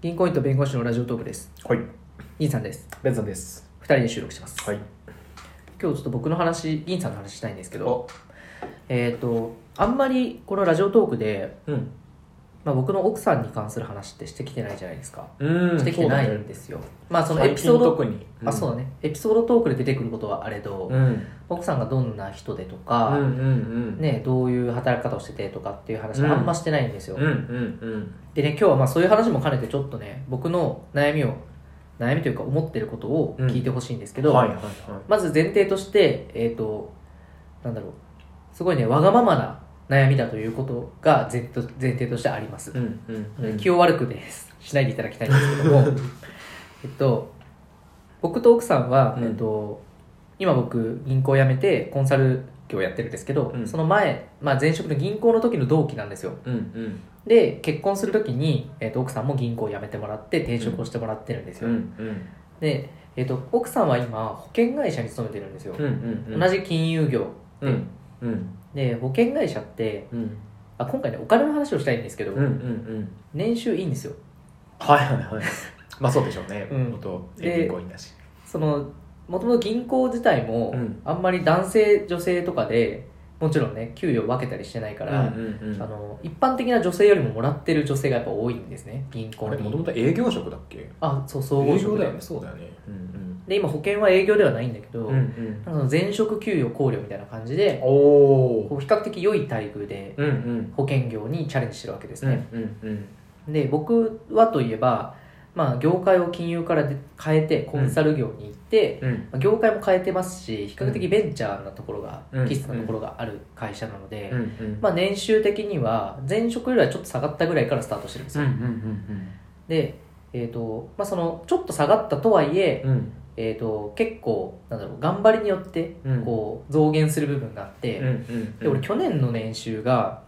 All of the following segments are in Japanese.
銀行員と弁護士のラジオトークですはい、銀さんですベンさんです。 2人で収録してます、はい。今日ちょっと僕の話銀さんの話したいんですけどお、えっ、とあんまりこのラジオトークで、うん。まあ、僕の奥さんに関する話ってしてきてないじゃないですか、うんしてきてないんですよ、まあそのエピソード特に。あそうだねエピソードトークで出てくることはあれど、うん。奥さんがどんな人でとうか、んうんうん。。ね、どういう働き方をしててとかっていう話うんあんましてないんですよ、うんうんでね今日はまあそういう話も兼ねてちょっとね僕の悩みを悩みというか思ってることを聞いてほしいんですけうん。ど、はいはいはまず前提としてえっ、となんだろうすごいねわがままな悩みだということが前提と前提としてありますい。、んう気を悪くですしないでいただきたいんですけど もえっと僕と奥さんは、うんえっと、今僕銀行辞めてコンサル業をやってるんですけど、うんその前、まあ、前職の銀行の時の同期なんですようんうんで結婚するときに、えー、と奥さんも銀行を辞めてもらって転職をしてもらってるんですうよ、んうんで、えー、と奥さんは今保険会社に勤めてるんですよ、うんうん同じ金融業うんうんで保険会社ってうんあ今回ねお金の話をしたいんですけど、うんうん年収いいんですよはいはい はいまあそうでしょうねうん元で銀行員だしそのもともと銀行自体も、うんあんまり男性女性とかでもちろんね給与分けたりしてないから、うんあの一般的な女性よりももらってる女性がやっぱ多いんですね銀行これもとにもと営業職だっけあそう総合営職業だでよねそうだよねうんで今保険は営業ではないんだけど、うんうんなんかその前職給与考慮みたいな感じで、おこおう比較的良い待遇でうんうん保険業にチャレンジしてるわけですうんね。うんで、僕はといえば、まあ、業界を金融からで変えてコンサル業に行って、うんまあ業界も変えてますし、比較的ベンチャーなところが、うんキスなところがある会社なので、うんうんまあ、年収的には前職よりはちょっと下がったぐらいからスタートしてるんですうんよ。で、えーとまあ、そのちょっと下がったとはいえうんうんうんえー、と結構なんだろう頑張りによってうんこう増減する部分があって、うんうんで俺去年の年収が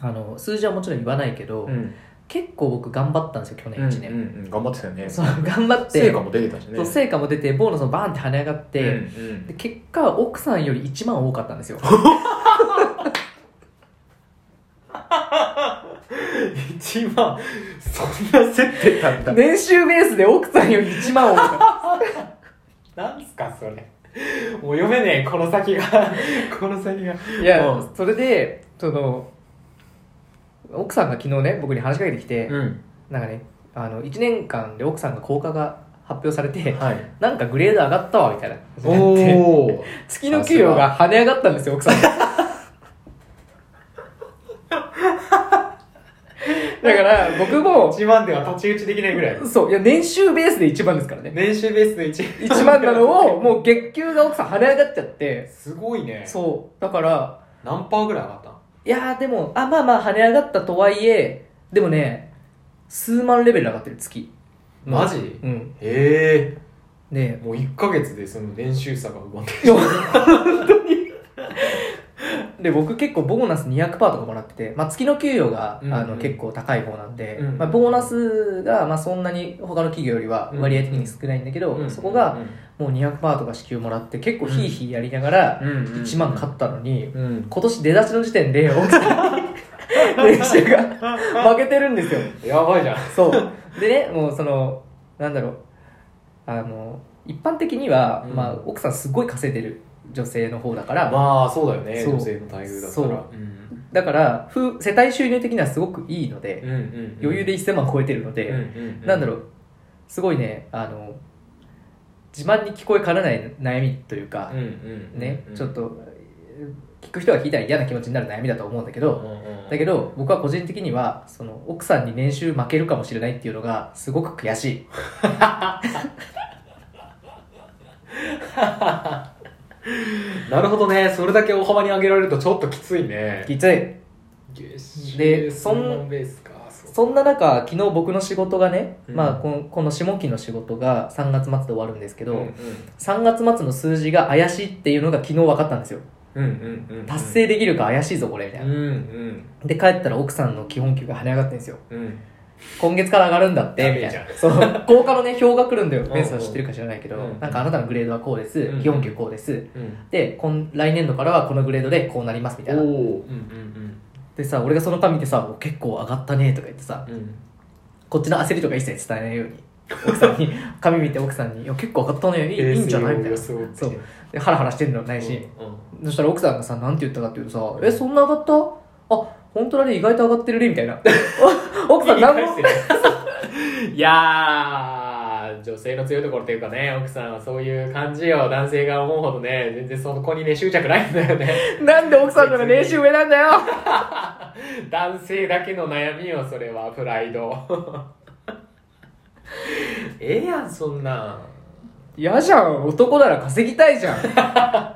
あの数字はもちろん言わないけど、うん結構僕頑張ったんですよ去年1年、うんうんうん頑張ってたよねそう頑張って成果も出てたしねそう成果も出てボーナスもバーンって跳ね上がって、うんうんで結果奥さんより1万多かったんですよ 一番そんな設定だっ た年収ベースで奥さんより1万多かっなんすかそれもう読めねえこの先が この先がたいや、うんそれでその奥さんが昨日ね僕に話しかけてきて、うんなんかねあの1年間で奥さんが効果が発表されてはいなんかグレード上がったわみたいなおお 月の給与が跳ね上がったんですよ、奥さん。だ から、僕も、 1万では太刀打ちできないぐらい そう、いや、年収ベースで一番ですからね。年収ベースで1一番なのを、もう月給が奥さん跳ね上がっちゃって、 すごいねそう。だから、何パーぐらい上がったのいやーでも、あ、まあまあ跳ね上がったとはいえ、でもね、数万レベル上がってる、月。マジうん。へえねもう1か月でその練習差が生まれて え。いや本当に。 で、僕結構ボーナス200%とかもらってて、まあ、月の給与が、うんうんあの結構高い方なんで、うんまあ、ボーナスが、まあ、そんなに他の企業よりは割合的に少ないんだけど、そこがもう200%とか支給もらって結構ヒーヒーやりながら1 1万買ったのに、うん今年出だしの時点で奥さんに年収 が負けてるんですよやばいじゃんそう。でね、もうその、なんだろう。あの、一般的には、うんまあ、奥さんすごい稼いでる女性の方だから、まあそうだよねそう女性の待遇だったそうらうんだから、夫世帯収入的にはすごくいいので、余裕で1000万超えてるので、なんだろろう、すごいね、あの、自慢に聞こえかねない悩みというか、ね、ちょっと、聞く人が聞いたら嫌な気持ちになる悩みだと思うんだけど、だけどど僕は個人的にはその奥さんに年収負けるかもしれないっていうのがすごく悔しいなるほどねそれだけ大幅に上げられるとちょっときついねきついでそんのベースかそうそんな中、昨日僕の仕事がね、うんまあこの、この下期の仕事が3月末で終わるんですけど、うん3月末の数字が怪しいっていうのが昨日分かったんですよ。うんうんうんうん達成できるか怪しいぞ、これ、みたいうんな。で、帰ったら奥さんの基本給が跳ね上がってんですよ。うんうん今月から上がるんだって、やみべたえいじゃな。ん そう、効果のね、表が来るんだよん。うんベンさん知ってるか知らないけど、うんなんかあなたのグレードはこうです、うん基本給こうです。うんで、今来年度からはこのグレードでこうなります、みたいな。おーうんうんでさ、俺がその間見てさ、お結構上がったね、とか言ってさ、うんうんこっちの焦りとか一切伝えないように奥さん に紙見て奥さんに「いや結構上がったねいいいいんじゃない?」みたいなそそううでハラハラしてるのないし、うんそしたら奥さんがさ、なんて言ったかっていうとさ、え、そんな上がったあ、本当だね、意外と上がってるね、みたい な。奥さん、なんも。 いやー、女性の強いところっていうかね、奥さんはそういう感じよ。男性が思うほどね、全然そこにね、執着ないんだよね。 なんで奥さんの方が練習上なんだよ男性だけの悩みよ、それは、プライド。 ええやん、そんなん。嫌じゃん、男なら稼ぎたいじゃん。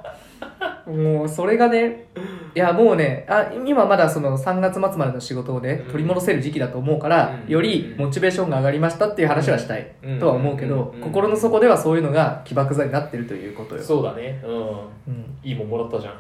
もう、それがね、いや、もうね、あ、今まだその3月末までの仕事をね、取り戻せる時期だと思うから、うんよりモチベーションが上がりましたっていう話はしたいうんとは思うけどうん、心の底ではそういうのが起爆剤になってるということよ。そうだね。ううん。ん。いいもんもらったじゃん。い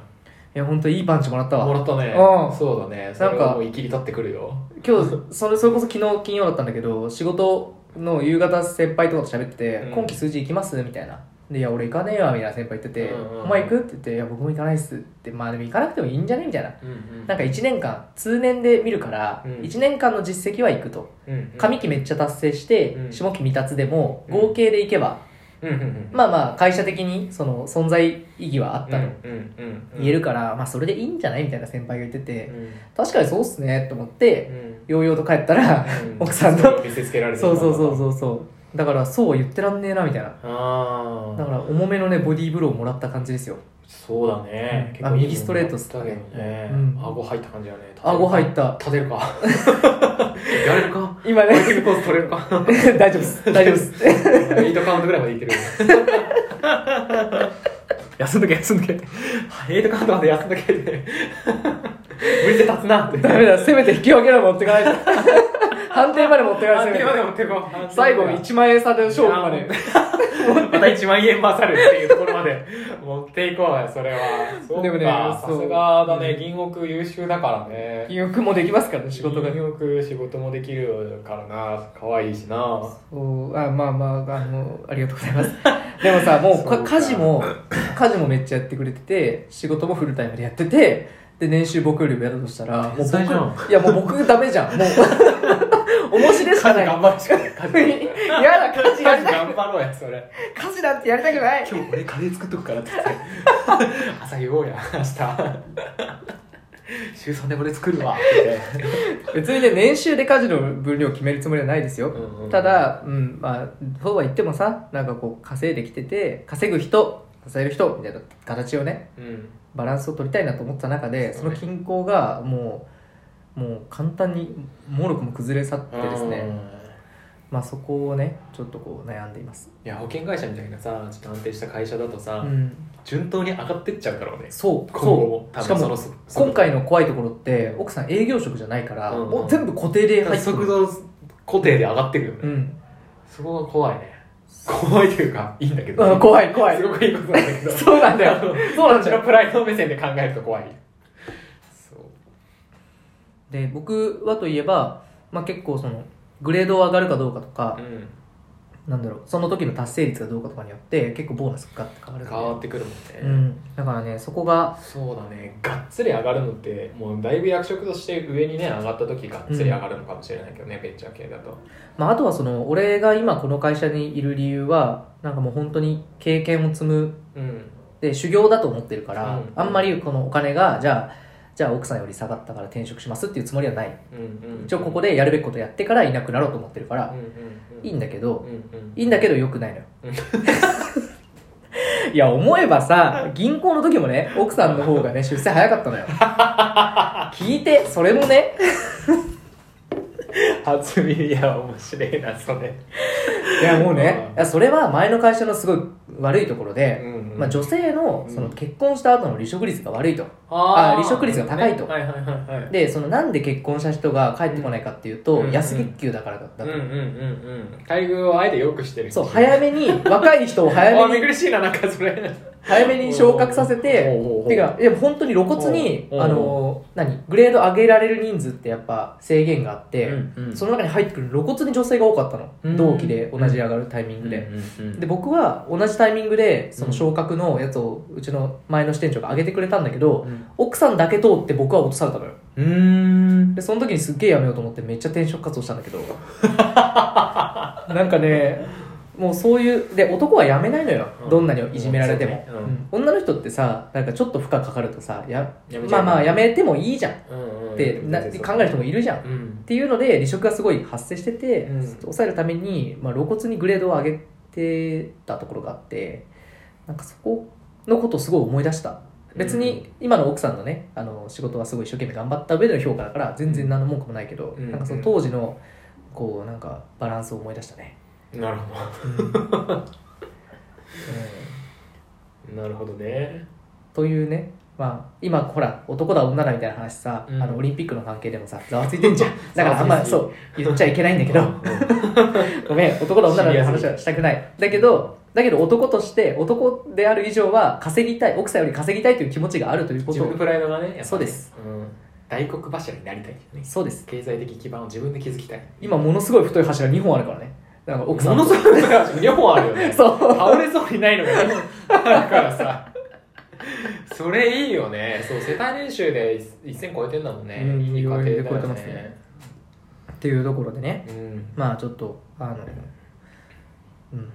や、本当いいパンチもらったわ。もらったね。うんそうだね。そなんかれはもう生きり立ってくるよ。今日それそれこそ昨日金曜だったんだけど仕事の夕方先輩とかと喋ってて、うん今期数字行きますみたいな「でいや俺行かねえわ」みたいな先輩言ってて「うんうんうんお前行く?」って言って「いや僕も行かないっす」って「まあでも行かなくてもいいんじゃね?」みたいな。うんうんなんか1年間通年で見るから、うん1年間の実績は行くとうん上期めっちゃ達成して、うん下期未達でもうん合計で行けば、うんうんうん。まあまあ会社的にその存在意義はあったとうんうんうんうん言えるから、まあそれでいいんじゃないみたいな先輩が言ってて、うん確かにそうっすねと思って、うんようようと帰ったら、う奥さんのそう見せつけられてそうそうそううそうそうだからそうは言ってらんねえなみたいなあだあから重めのねボディーブローもらった感じですよそうだね、うんあ右ストレートっすだけどね、うん顎入った感じだね顎入った立てるかやれる か今マイね ケルポーズ取れるか大丈夫です 大丈夫ですエイトカウントぐらいまでいってる 休んどけ休んどけエイトカウントまで休んどけって無理で立つなってダメだせめて引き分けの持ってか ないと判定まで持ってかないあとっとせいめう間てで持ってこう最後1万円差で勝負まで また1万円勝るっていうところまで持っていこうよそれはそうかでもねさそうすがだねうん銀奥優秀だからね記憶もできますからね仕事が銀奥仕事もできるからな可愛いしなそうあまあまああのありがとうございます でもさもうこそうか家事も 家事もめっちゃやってくれてて仕事もフルタイムでやっててで年収僕よりもやるとしたらもう天才じゃん僕いやもう僕ダメじゃんもう 面白いしかない頑張るしかない家事やだ家事やりたい頑張ろうやそれ家事なんてやりたくない今日俺カレー作っとくからって言って朝言おうや明日週3で俺作るわって別にね年収で家事の分量を決めるつもりはないですよ、うんうんただ、うんまあ、そうは言ってもさなんかこう稼いできてて稼ぐ人稼える人みたいな形をねうんバランスを取りたいなと思ってた中でその均衡がもうもう簡単にもろくも崩れ去ってですうね、んまあ、そこをねちょっとこう悩んでいます、いや保険会社みたいなさちょっと安定した会社だとうさ、ん、順当に上がってっちゃうだろうねそう今後もそう多しか分そものそそ今回の怖いところって奥さん営業職じゃないから、うんうんもう全部固定で入ってく速る、度固定で上がってくるよね、うん、そこが怖いね怖いというかいいんだけど、うん、怖い怖いすごくいいことなんだけどそうなんだよそうなんうちだのよプライド目線で考えると怖いそうで僕はといえば、まあ、結構そのグレード上がるかどうかとかう、んなんだろうその時の達成率がどうかとかによって結構ボーナスが変わる変かわらってくるもんね、うん、だからねそこがそうだねがっつり上がるのってもうだいぶ役職として上にね上がった時がっつり上がるのかもしれないけどね、ベンチャー系だとまあ、あとはその俺が今この会社にいる理由はなんかもう本当に経験を積むうんで修行だと思ってるから、うんあんまりこのお金がじゃあじゃあ奥さんより下がったから転職しますっていうつもりはないうんうん一応ここでやるべきことやってからいなくなろうと思ってるかうらん、うんうんいいんだけど、うんうんいいんだけど良くないのようん。 いや、思えばさ、銀行の時もね、奥さんの方がね、出世早かった のよ。聞いて、それもね、初耳や面白いなそれ、いや、もうね、いやそれは前の会社のすごい悪いところうで、んまあ、女性のそのうん結婚した後の離職率が悪いと。ああ離職率が高いとはいはいはいはいで、そのなんで結婚した人が帰ってこないかっていうと、うん安月給だからだったうとんうんうんうん待遇をあえて良くしてるそう、早め に、若い人をあ早め見に、苦しいななんかそれ早めに昇格させて、てか、いや本当に露骨に、おうおうあの、何グレード上げられる人数ってやっぱ制限があって、そのの中に入ってくる露骨に女性が多かったの、うん同期で同じ上がるタイミングで、でで僕は同じタイミングでその昇格のやつをうちの前の支店長が上げてくれたんだけど、奥さんだけ通って僕は落とされたのよ、うーんでその時にすっげえやめようと思ってめっちゃ転職活動したんだけ どなんかねもうそういうで男はやめないのよ、うんどんなにいじめられても、うんそうねうん女の人ってさなんかちょっと負荷かかるとさややめちゃまあうまあやめてもいいじゃんっうんうんてな考える人もいるじゃん、っうんていうので離職がすごい発生してて、うん抑えるために、まあ、露骨にグレードを上げてたところがあってなんかそこのことをすごい思い出した別に今の奥さんのねあの仕事はすごい一生懸命頑張った上での評価だから全然何の文句もないけど、うんなんかその当時のこうなんかバランスを思い出したね、なるほどなるほどねというねまあ今ほら男だ女だみたいな話さ、うんあのオリンピックの関係でもさざわついてんじゃんだからあんま ざそわう言っちゃいけないんだけどごめん男だ女だの話はしたくないだけどだけど男として男である以上は稼ぎたい奥さんより稼ぎたいという気持ちがあるというこ自と分のプライドがねやっぱねそうです、うん、大黒柱になりたいよねそうです経済的基盤を自分で築きたい今ものすごい太い柱2本あるからねなんか奥さんものすごい2本あるよねそう倒れそうにないのが2本あるからさそれいいよねそう世帯年収で1000超えてんだもんね、うんいい家庭だよいい家庭超えてますねっていうところでねうんまあちょっとあのうん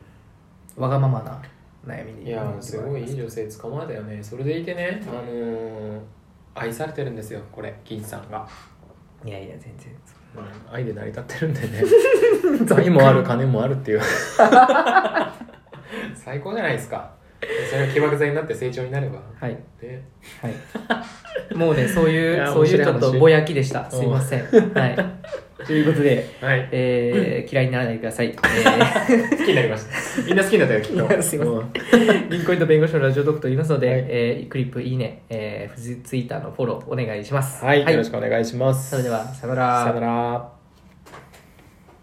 わがままな悩みにいやーすごいいい女性捕まえたよねそれでいてね、あのー愛されてるんですよこれ銀さんが、いやいや全然うん愛で成り立ってるんでね 財もある金もあるっ ていう最高じゃないですかそれが起爆剤になって成長になればはいねはいもうねそういいやうそういう面白いちょっと話ぼやきでしたすいません はいということで、はいえー嫌いにならないでください、えー好きになりましたみんな好きになったよきっいやとすいませんうん銀行員と弁護士のラジオトークと言いますので、はいえークリップいいね、えー、ツイッターのフォローお願いしますはい、よろしくお願いしますそれではさよなさよなら